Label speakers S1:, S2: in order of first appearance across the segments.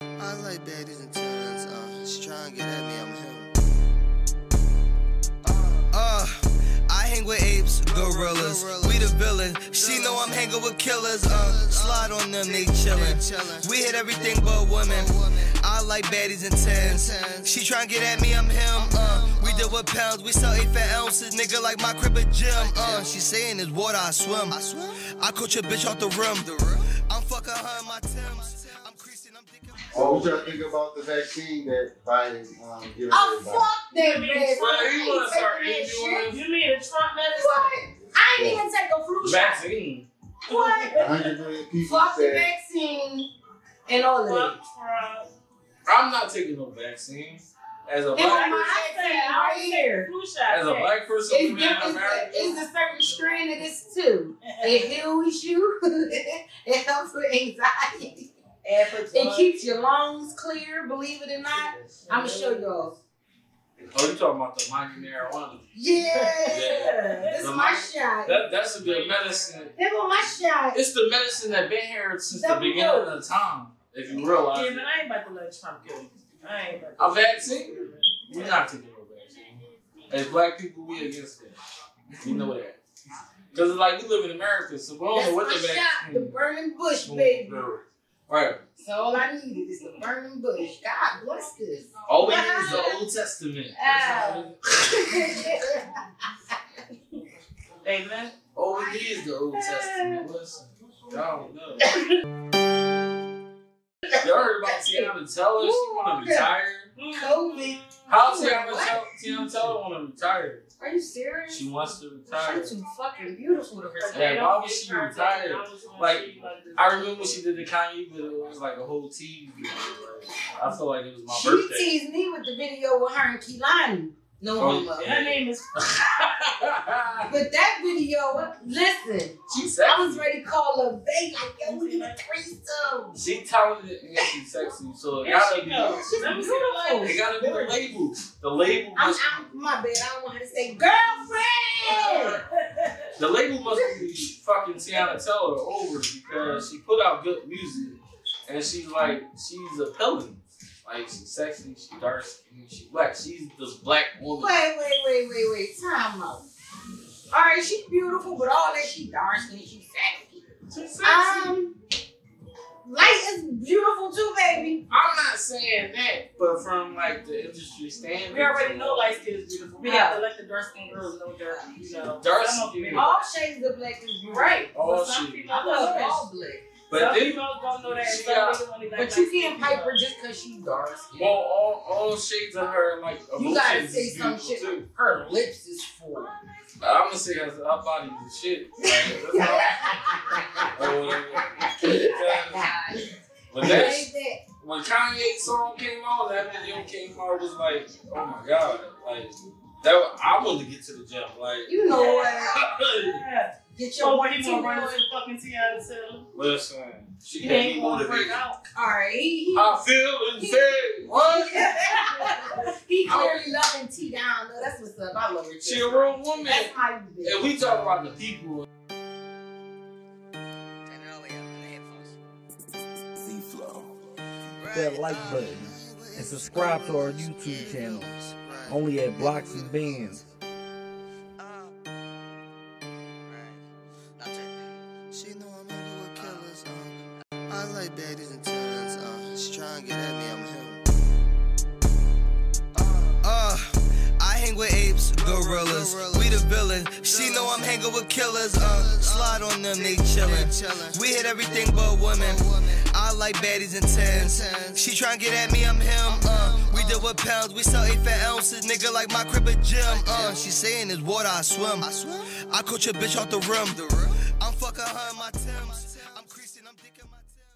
S1: I like baddies and talents. Uh, she trying to get at me, I'm him. Uh, I hang with apes, gorillas. We the villain. She know I'm hanging with killers. Uh, slide on them, they chillin'. We hit everything but women. I like baddies and tens. She tryna get at me, I'm him. Uh, we deal with pounds, we sell eight for ounces. Nigga, like my crib a gym. Uh, she saying it's water, I swim. I coach a bitch off the rim. I'm fucking her in my Timbs. I'm creasing, I'm thinking.
S2: Well, what y'all think about the vaccine that Biden um, giving
S3: Oh,
S2: everybody?
S3: fuck that
S4: You
S3: bitch.
S4: mean Trump? He
S3: I
S4: wanna
S3: ain't taking
S4: start
S3: that
S4: doing
S3: shit.
S4: this. You mean the Trump
S3: What?
S4: medicine?
S3: I ain't even take a flu shot.
S4: Vaccine.
S3: What?
S2: 100 million people
S3: Fuck the
S2: said,
S3: vaccine and all of
S4: Fuck
S3: it.
S4: Trump. I'm not taking no vaccine. As a
S3: It was
S4: black person,
S3: my vaccine right here.
S4: flu
S3: As
S4: as
S3: a
S4: a black person
S3: It's,
S4: living in
S3: different,
S4: America,
S3: it's a certain strand of this too. It heals you. it helps with anxiety. It keeps your lungs clear. Believe it or not. I'ma show y'all.
S4: Oh, you talking about the Miami marijuana?
S3: Yeah, this is my shot.
S4: That that's a good medicine.
S3: Here go my shot.
S4: It's the medicine that been here since the
S3: That we
S4: beginning of the time. If you realize,
S5: Yeah,
S4: it.
S5: but I ain't about to let Trump kill me. I ain't about to.
S4: a vaccine, we're not taking no vaccine. As black people, we against that. You know that. Because it's like we live in America, so we don't
S3: That's
S4: know
S3: my
S4: what the
S3: shot. The
S4: vaccine.
S3: burning bush,
S4: is
S3: baby.
S4: gonna do. Right.
S3: So all I needed is the burning bush. God bless this.
S4: All we need is the Old Testament.
S3: Ow.
S5: Amen.
S4: All we need is the Old Testament. Listen, y'all don't know. Y'all heard about Tiana Teller? She want to retire.
S3: COVID.
S4: How Tiana Teller? Tiana Teller want to retire.
S3: Are you serious?
S4: She wants to retire.
S3: She's too fucking beautiful to
S4: Yeah,
S3: herself.
S4: why was she retired? Like, I remember when she did the Kanye video. It was like a whole TV video. Like, I feel like it was my
S3: she
S4: birthday.
S3: teased me with the video with her and Keelani. No
S4: Oh,
S3: homo.
S4: yeah.
S5: Her name is.
S3: But that video, listen, I
S4: she
S3: was
S4: sexy.
S3: ready to call her babe. Like, yo, we need a threesome.
S4: She talented and she's sexy, so it
S5: Yeah,
S4: gotta
S5: she
S4: be.
S5: knows.
S3: She's
S5: Let me see
S3: beautiful.
S5: the
S4: It gotta be the label. The label
S3: I'm
S4: must.
S3: out. My bad. I don't want her to say girlfriend.
S4: Oh.
S5: label.
S4: The label must be fucking Tiana Teller over because she put out good music and she's like she's appealing. Like she's sexy, she dark skinned, she black. She's the black woman.
S3: Wait, wait, wait, wait, wait. Time out. All right, she's beautiful, but all that she dark skin, she's sexy.
S4: She's sexy.
S3: Um, light is beautiful too, baby.
S4: I'm not saying that, but from like the industry standard.
S5: We already know light skin is beautiful. We have to let the dark skin girls know that, you know.
S4: Dark
S5: some of
S4: skin.
S5: them-
S3: All shades of black is beautiful.
S5: Right.
S4: All
S5: but some
S4: shit.
S5: people
S3: I
S5: know
S3: love
S5: that.
S3: all black.
S4: Oh, But
S5: some
S4: then,
S5: people don't know that.
S4: she
S5: Some
S4: got-
S5: people only like
S3: But you
S5: light skin
S3: can't pipe her
S5: girls.
S3: just because she's dark skin.
S4: well, all, all shades of her like emotions.
S3: you gotta
S4: is
S3: say some
S4: beautiful
S3: shit.
S4: Too.
S3: Her lips is full.
S4: But I'm gonna say her, her body is shit. Like, that's all. Or whatever. But that's when Kanye's song came out, that video came out was like, oh my god, like that. Was, I wanted to get to the gym, like.
S3: you know what?
S5: Yeah.
S3: Get your
S5: So when he
S3: team
S5: gonna run
S3: going.
S5: into fucking Tiana too?
S4: Listen, she
S5: He
S4: had me
S5: ain't gonna
S4: motivated.
S5: break out.
S3: All right. He,
S4: I feel insane.
S3: Oh,
S4: What?
S3: he clearly loving T down though. That's what's up. I love her.
S4: She a real woman.
S3: That's how you do.
S4: And we talk about the people.
S6: that like button and subscribe to our YouTube channel only at Blocks and Bands.
S1: She know I'm hanging with killers. Uh, I like baddies and talents. Uh, she trying to get at me, I'm him. Uh, I hang with apes, gorillas. We the villain. She know I'm hanging with killers. Uh, slide on them, they chillin'. We hit everything but women. I like baddies and tens. She tryna get at me, I'm him. Uh, we deal with pounds, we sell eight for ounces. Nigga, like my crib a gym. Uh, she saying it's water, I swim. I coach a bitch off the rim. I'm fucking her in my Timbs. I'm creasing, I'm dicking my Timbs.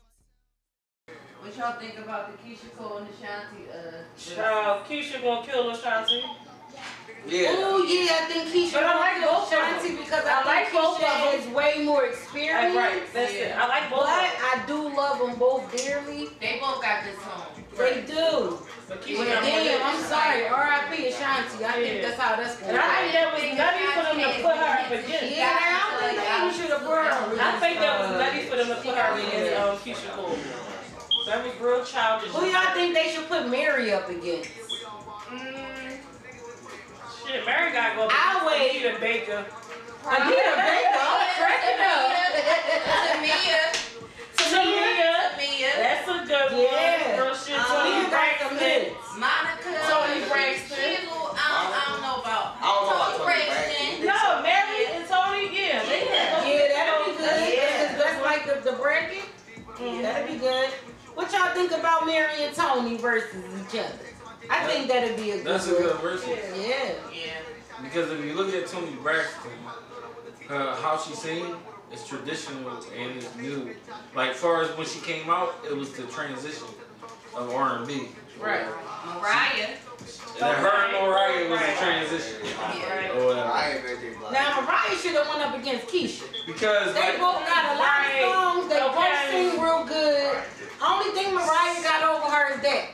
S7: What y'all think about the Keisha Cole and the Shanti? Uh,
S5: Child, Keisha gonna kill Ashanti.
S4: Yeah.
S3: Oh yeah, I think Keisha.
S5: But I like
S3: Cole
S5: both of
S3: Ashanti
S5: them.
S3: because
S5: I
S3: I,
S5: like
S3: think
S5: both
S3: Keisha
S5: of them.
S3: is way more experienced.
S5: Right, that's it. I like
S3: But
S5: both of them.
S3: I do love them both dearly.
S7: they both got good songs.
S3: They do.
S5: But Keisha
S3: But
S5: got more
S3: damn, I'm
S5: than-
S3: sorry. R.I.P. Ashanti. I think
S5: Yeah.
S3: that's how that's going.
S5: And I think that was nutty for them to put her up
S3: Yeah,
S5: against.
S3: I don't think they even should have brought her.
S5: I think that was nutty for them to put her against um, Keisha Cole. That was real childish.
S3: Who y'all think they should put Mary up against?
S5: Mm. Shit, Mary gotta go.
S3: I'll wait.
S5: Anita Baker.
S3: Anita Baker, I'm cracking up.
S7: Tamia.
S5: Tamia.
S7: Tamia.
S5: That's a good one.
S3: Yeah. Uh,
S5: Real shit.
S7: Um,
S5: Tony
S3: Anita Baker
S5: Braxton.
S3: minutes.
S7: Monica.
S5: Tony Braxton.
S7: She a little- I don't, I don't know about.
S8: I don't know about Tony
S5: No, Mary and Tony. Yeah. They
S7: Yeah.
S3: Yeah, that'll be good.
S5: Yeah. Mm-hmm.
S3: That's like the, the bracket. Yeah, that'll be good. What y'all think about Mary and Tony versus each other? I think that'd be a good
S4: That's a
S3: one.
S4: good version.
S3: Yeah.
S4: Because if you look at Tony Braxton, uh, how she sing is traditional and it's new. Like far as when she came out, it was the transition of R and B.
S5: Right.
S7: Mariah.
S4: And then her and Mariah was the
S5: Right.
S4: transition.
S7: Yeah.
S4: Or whatever.
S8: I ain't making black.
S3: Now Mariah should have went up against Keisha.
S4: Because
S3: They
S4: like,
S3: both got a lot of songs. They both
S5: Okay.
S3: sing real good. Only thing Mariah got over her is that.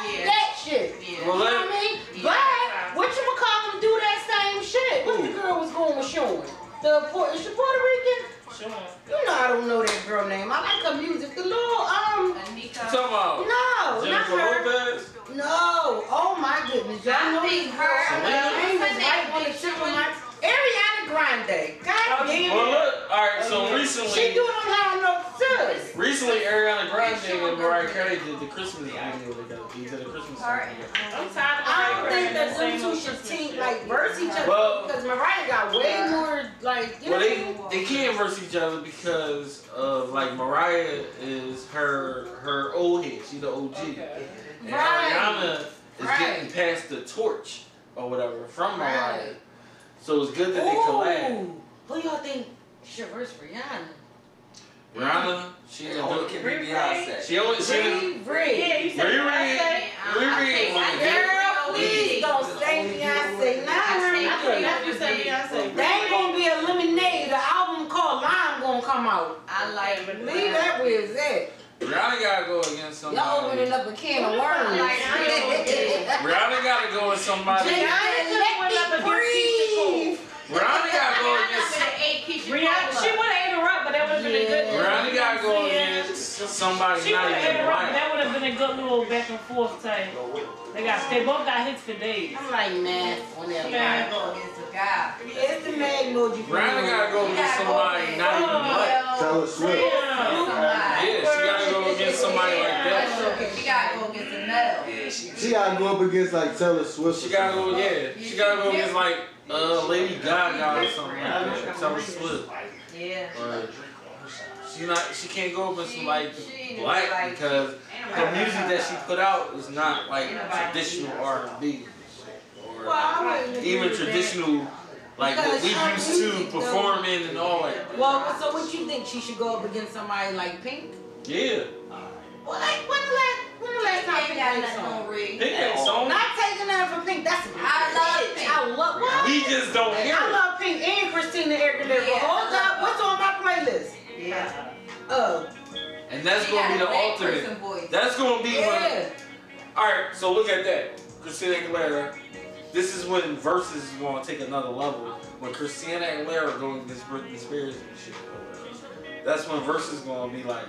S7: Yeah.
S3: That shit.
S7: Yeah.
S4: well,
S3: You know
S4: let,
S3: what I mean?
S7: Yeah.
S3: But what you gonna call them do that same shit? What the
S4: Who?
S3: girl was going with Sean? The Puerto, is she Puerto Rican?
S5: Sure.
S3: You know I don't know that girl name. I like her music. The little um
S7: Anika.
S4: talking about
S3: no, not
S4: Jennifer
S3: her.
S4: Lopez.
S3: No, oh my goodness, y'all know
S7: I
S3: this
S7: think
S3: girl.
S7: her-
S3: Her name is
S7: what's her
S3: right
S7: name?
S3: on the tip of my Ariana Grande. God
S5: Oh,
S3: damn
S4: Well,
S3: it.
S4: look, all right.
S5: Oh,
S4: So
S5: yeah.
S3: She
S4: recently,
S3: doing them loud no sis.
S4: recently Ariana Grande and Mariah Carey did the Christmas video together. They did a Christmas song
S7: Her
S4: together.
S5: I'm tired of
S3: I don't
S5: Mariah
S3: think that them
S5: Carey
S3: two
S5: singing
S3: should
S5: Christmas
S3: team
S5: shit.
S3: like verse each other
S4: Well-
S3: because Mariah got way more like you know
S4: Well,
S3: what I mean?
S4: they they can't verse each other because of like Mariah is her her old head. She the OG.
S5: Okay.
S4: And
S3: Right.
S4: Ariana is
S3: Right.
S4: getting passed the torch or whatever from Mariah.
S3: Right.
S4: So it's good that they collab.
S3: Ooh, who y'all think should verse Rihanna?
S4: Rihanna, she's
S8: It
S4: a
S8: only
S4: do-
S8: can be
S5: Really?
S8: Beyonce.
S4: she always she
S3: Bree, Bree.
S5: Yeah, you said
S4: Riri.
S5: Beyonce.
S4: Riri wanna get
S3: Girl, please don't say Beyonce. Not her.
S5: I
S3: either.
S5: think that's you said Beyonce.
S3: They ain't gonna be a lemonade. The album called Lime gonna come out.
S7: I like.
S5: Leave
S3: Leave that where it's at.
S4: Rihanna gotta go against
S3: Y'all
S4: somebody.
S3: opening up a can of
S7: Like,
S3: worms.
S7: I
S4: Rihanna gotta go with somebody.
S3: Jay-
S4: Rihanna
S5: Rihanna
S3: Breathe.
S4: gotta go
S7: Rihanna
S4: against.
S7: been eight Keisha
S5: Rihanna, she
S7: Cole.
S5: would have interrupted, but that would have been a good.
S3: Yeah.
S4: Rihanna gotta go
S5: Yeah.
S4: against somebody
S5: She
S4: not
S5: would have
S4: even
S5: interrupted, but
S4: Mariah.
S5: that would have been a good little back and forth type. They got, they both got hits for days.
S3: I'm like, man, whatever.
S5: Yeah.
S7: Gotta go against a guy.
S3: It's the mag emoji.
S4: Rihanna gotta go against somebody not even black.
S2: Taylor Swift.
S4: Yeah, she gotta go against somebody like that.
S7: She gotta go against another.
S8: Yeah, she
S2: She gotta go up against like Taylor Swift.
S4: She gotta go, yeah. She gotta go against like uh, Lady Gaga or something like that. Taylor Swift.
S7: Yeah.
S4: Or she not, she can't go against somebody
S7: She- she
S4: black
S7: like-
S4: because her music that she put out is not like traditional R and B
S3: Well,
S4: or
S3: I wouldn't agree
S4: even
S3: with that.
S4: traditional like what we used to performing and all that.
S3: Well, so what you think? She should go up against somebody like Pink?
S4: Yeah,
S3: Well, like, when the last, when the last time
S7: Ain't
S3: Pink
S7: got
S3: made a
S7: nothing
S3: song?
S7: on Rick.
S4: pick that song.
S3: Not taking nothing from Pink. That's my
S7: I love
S3: shit.
S7: Pink.
S3: I love what?
S4: We just don't hear
S3: I
S4: it.
S3: love Pink and Christina Aguilera.
S7: Yeah,
S3: Hold
S7: I
S3: up,
S7: love
S3: what's on my playlist?
S7: Yeah.
S3: Uh,
S4: and that's
S7: She
S4: gonna be
S7: got a
S4: the
S7: black
S4: ultimate.
S7: person voice.
S4: That's gonna be one.
S3: yeah.
S4: All right, so look at that, Christina Aguilera. This is when verses is gonna take another level. When Christina Aguilera going against Britney Spears and shit. That's when verses gonna be like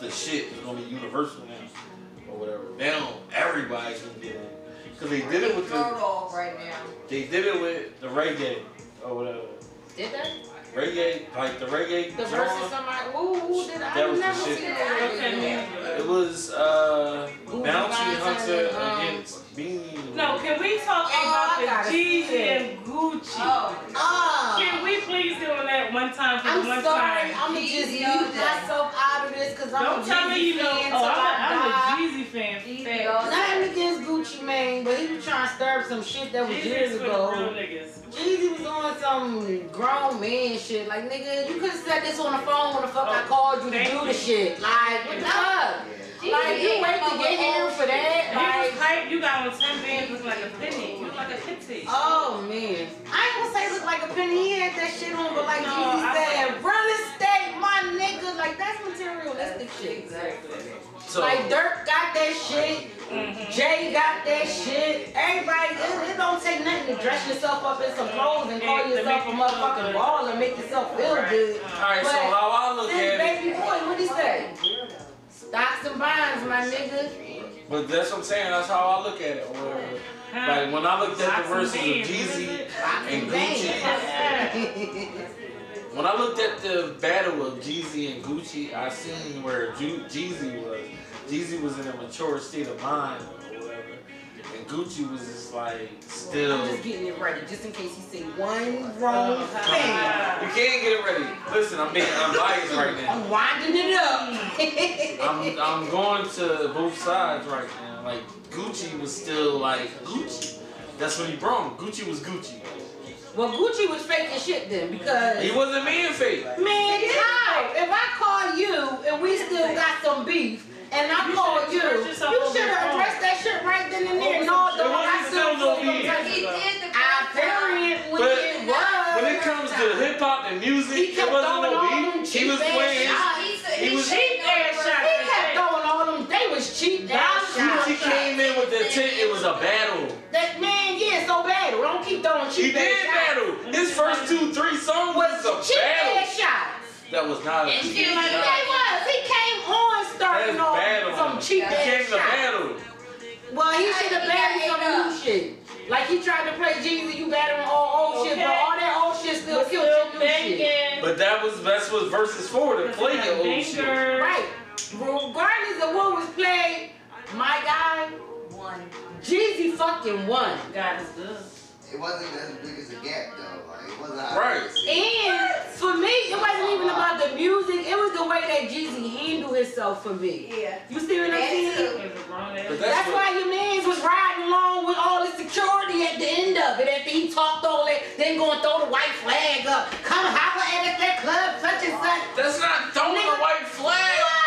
S4: the shit is gonna be universal now or whatever. Now everybody's gonna get it because they did it with the
S7: Turtle right now.
S4: they did it with the reggae or whatever.
S3: Did they?
S4: Reggae like the reggae.
S3: The verse is
S4: genre,
S3: somebody. Ooh, who did I?
S4: That
S3: I've
S4: was the
S3: never
S4: shit.
S3: seen
S5: Okay,
S3: that.
S4: It
S5: music.
S4: was uh,
S3: Who
S4: Bounty
S3: provides
S4: Hunter
S3: her, um,
S4: against Bean.
S5: No, can we talk
S3: Oh, I
S5: about
S3: gotta
S5: the
S3: see
S5: Jeezy
S3: it.
S5: and Gucci?
S7: Oh.
S3: Ah.
S5: Can we please do that one time for the
S3: I'm
S5: one
S3: sorry,
S5: time?
S3: I'm gonna just
S7: Jeezy
S3: leave
S7: all day.
S3: myself out of this because I'm
S5: Don't
S3: a
S5: tell me you
S3: Jeezy
S5: know.
S3: fan
S5: Oh,
S3: till
S5: I'm,
S3: I
S5: a- I'm a Jeezy fan.
S7: Jeezy
S5: Fact.
S3: die.
S7: all-
S3: Nothing against Gucci Mane, but he was trying to stir up some shit that was
S5: Jeezy's
S3: years
S5: for the
S3: ago.
S5: real niggas.
S3: Jeezy was on some grown man shit. Like, nigga, you could have said this on the phone when the fuck I called you to
S5: Oh, Thank
S3: do
S5: you.
S3: the shit. Like, what the fuck? Like, you wait to get here for
S5: You was
S3: that? Like,
S5: hype. You got on ten bands look like a penny. You look like a pity.
S3: oh man. I ain't gonna say look like a penny. He had that shit on, but like
S5: No,
S3: Jeezy
S5: I-
S3: said, real estate, my nigga. Like, that's materialistic shit.
S5: Exactly.
S4: So,
S3: Like, Dirk got that shit.
S5: Mhm.
S3: Jay got that shit. Everybody, it, it don't take nothing to dress yourself up in some clothes and call
S5: And to
S3: yourself a
S5: make you feel
S3: motherfucking
S5: good.
S3: ball and make yourself feel
S5: Right.
S3: good.
S4: Alright, so
S3: But
S4: how I look
S3: Since
S4: at it,
S3: baby boy, what he say? Stocks and bonds, my nigga.
S4: but that's what I'm saying, that's how I look at it. or whatever.
S5: Huh?
S4: Like when I looked at
S5: Lots
S4: the
S5: of
S4: verses of
S5: bands,
S4: Jeezy,
S5: isn't it?
S4: and
S3: Gucci.
S4: when I looked at the battle of Jeezy and Gucci, I seen where Ju- Jeezy was. Jeezy was in a mature state of mind or whatever, and Gucci was just like
S3: I'm
S4: still.
S3: just getting it ready, just in case he say one
S5: Oh,
S3: wrong thing.
S4: You can't get it ready. Listen, I'm being unbiased right now.
S3: I'm winding it up.
S4: I'm, I'm going to both sides right now. Like Gucci was still like Gucci. That's what he brought. him. Gucci was Gucci.
S3: well, Gucci was faking shit then because
S4: He wasn't man fake.
S3: Man, how? If I call you and we still got some beef, and I
S5: You
S3: call you,
S5: should've expressed yourself
S3: you should
S5: over the
S3: have
S5: phone.
S3: addressed that shit right then and there. No,
S4: There
S3: no, I
S4: wasn't
S3: still
S4: no
S3: feel your
S4: beef.
S3: touch.
S7: He did the
S3: Apparently,
S4: But-
S3: it was.
S4: When it comes to hip hop and
S3: He
S4: music, it
S3: kept throwing
S4: wasn't
S3: all
S4: no
S3: them
S4: beef. He
S3: cheap
S4: was
S3: ass
S4: playing. his-
S3: shots.
S4: He was-
S5: Cheap ass
S3: He kept
S5: shot.
S3: throwing all them. They was cheap down
S4: Gucci came in with the tip. It was a battle.
S3: That man, yeah, so bad. We don't keep throwing cheap
S4: He did
S3: ass shots.
S4: battle. His first two, three songs was a
S3: Cheap
S4: battle.
S3: ass shots.
S4: That was not. A,
S7: And she
S4: that
S7: like-
S3: They was. He came on starting
S4: is
S3: off
S4: battle.
S3: with some
S4: He
S3: cheap
S4: came
S3: ass
S4: to
S3: shots.
S4: battle.
S3: Well, he should have batted some new shit. Like he tried to play Jesus, you battering all old shit, but
S5: Okay.
S3: all that old shit still
S5: We're
S3: killed
S5: still
S3: your new shit.
S5: banging.
S4: But that was that's what verses for to play the old shit.
S5: Banger.
S3: Right. Regardless of what was played, my guy,
S7: One.
S3: Jeezy fucking won.
S5: God is good.
S2: It wasn't as big as a gap though. Like it wasn't.
S4: Right.
S3: And for me, it wasn't even about the music, it was the way that Jeezy handled himself for me.
S7: Yeah.
S3: You see what I'm
S7: That
S3: saying?
S7: too.
S5: Is it wrong ass?
S4: But that-
S3: That's why your mans was riding along with all the security at the end of it. After he talked all that, then going to throw the white flag up. Come holler at us at club such and such.
S4: That's not throwing a white flag.
S3: What?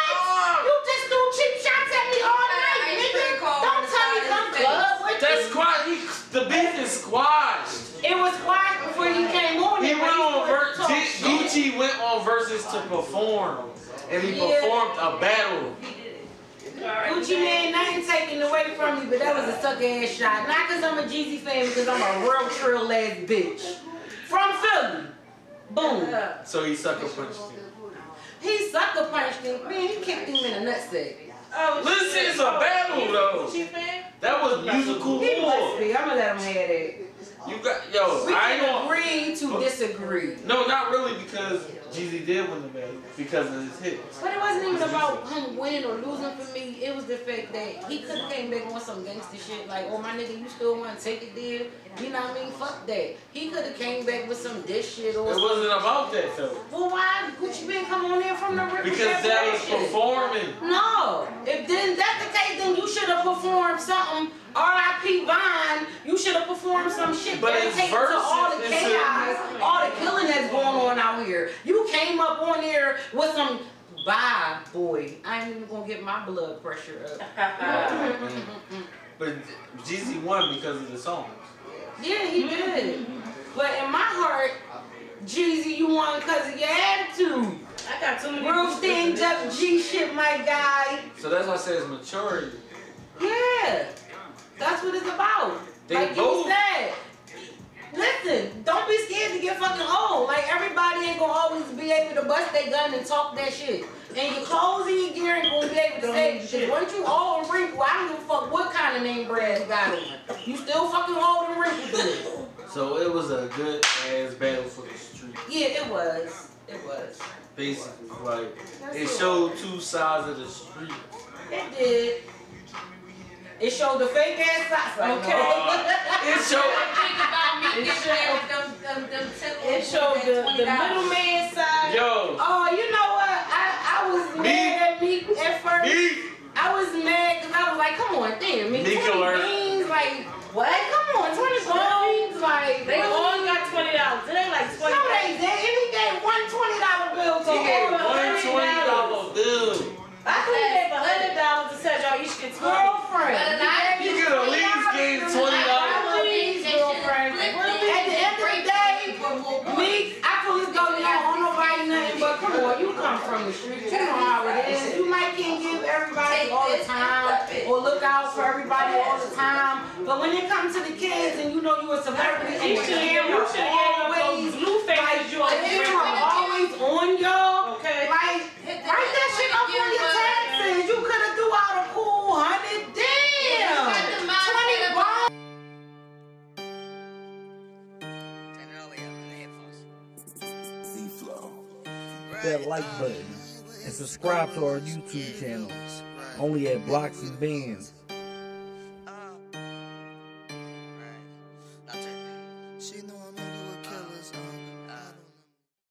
S3: You just threw cheap shots at me all night, nigga. Don't tell me some club with
S4: That
S3: you.
S4: squad, he, the beef is squashed.
S3: It was quiet before you came on.
S4: He
S3: and
S4: went on
S3: were
S4: ver-
S3: talking
S4: G-
S3: shit.
S4: Gucci went on verses to perform, and he
S3: Yeah.
S4: performed a battle.
S3: Gucci man, nothing taken away from you, but that was a sucker ass shot. Not because I'm a Jeezy fan, because I'm a real trill ass bitch. From Philly. Boom.
S4: So he sucker punched him.
S3: He sucker punched him. Man, he kicked him in the nutsack.
S5: Oh,
S4: Listen,
S5: shit. Oh,
S4: it's a battle though.
S5: Gucci fan?
S4: That was musical
S3: He must
S4: war.
S3: be. I'm gonna let him have that.
S4: You got yo.
S3: We
S4: I ain't
S3: can
S4: gonna.
S3: agree to disagree.
S4: No, not really because Jeezy did win the battle because of his hits.
S3: But it wasn't even about him winning or losing for me. It was the fact that he could have came back on some gangster shit like, oh my nigga, you still want to take it there? You know what I mean? Fuck that. He could have came back with some diss shit
S4: It
S3: or.
S4: wasn't about that though
S3: well, why Gucci Mane come on there from the rip?
S4: because that was performing.
S3: No, if then that's the case, then you should have performed something. R.I.P. Vine, you should have performed some shit
S4: But it's
S3: dedicated to all the
S4: verses, it's a-
S3: chaos, all the killing that's going on out here. You came up on there with some. Bye, boy. I ain't even gonna get my blood pressure up.
S4: But Jeezy won because of the song.
S3: Yeah, he
S4: Mm-hmm.
S3: did. But in my heart, Jeezy, you won because of your attitude.
S5: I got too many.
S3: Real
S5: Gucci
S3: stand
S5: fans.
S3: up G shit, my guy.
S4: So that's why I say it's maturity.
S3: Yeah, that's what it's about.
S4: They
S3: like
S4: both-
S3: you said. Listen, don't be scared to get fucking old. Like everybody ain't gonna always be able to bust their gun and talk that shit. And your clothes and your gear ain't gonna be able to save you. Shit. Once you old and wrinkled, I don't give a fuck what kind of name brand you got on. You still fucking old and wrinkled. dude.
S4: So it was a good ass battle for the street.
S3: Yeah, it was. It was.
S4: Basically, like
S3: That's
S4: it showed two sides of the street.
S3: It did. It showed the fake ass socks. Okay.
S4: It showed
S5: It showed the, the middleman side.
S4: yo
S3: Oh, you know what? I, I was
S4: Me-
S3: mad at me at first.
S4: me.
S3: I was mad because I was like, come on, damn, me.
S4: Me
S3: 20
S4: killer.
S3: beans, like, what? Come on, 20 bones, like,
S5: They
S3: really?
S5: all got twenty dollars. They like twenty.
S3: No, they did. And he gave one $20 bill to
S4: He
S3: all
S4: gave
S3: of
S4: one
S3: us.
S4: twenty dollar bill.
S5: I could have gave a hundred dollars and said y'all each get twenty.
S3: Girlfriend.
S4: He could at least gave twenty dollars.
S3: Me, I feel as though you don't owe nobody nothing, but come on, you come from the street. You know how it is. You might can't give everybody all the time. or look out for everybody all the time. But when it comes to the kids and you know you a celebrity and
S5: You
S3: the
S5: should have you
S3: camera
S5: should have
S3: always
S5: those blue faces
S3: like
S5: you always
S3: the camera
S5: wear.
S3: always on y'all.
S5: Okay.
S3: Like
S7: Hit the-
S3: write that shit off on your taxes. You could have threw out a cool hundred. Damn.
S7: got the mind
S3: Twenty
S7: made up.
S3: bucks.
S6: that like button and subscribe to our YouTube channel. Only at Blocks and Bands.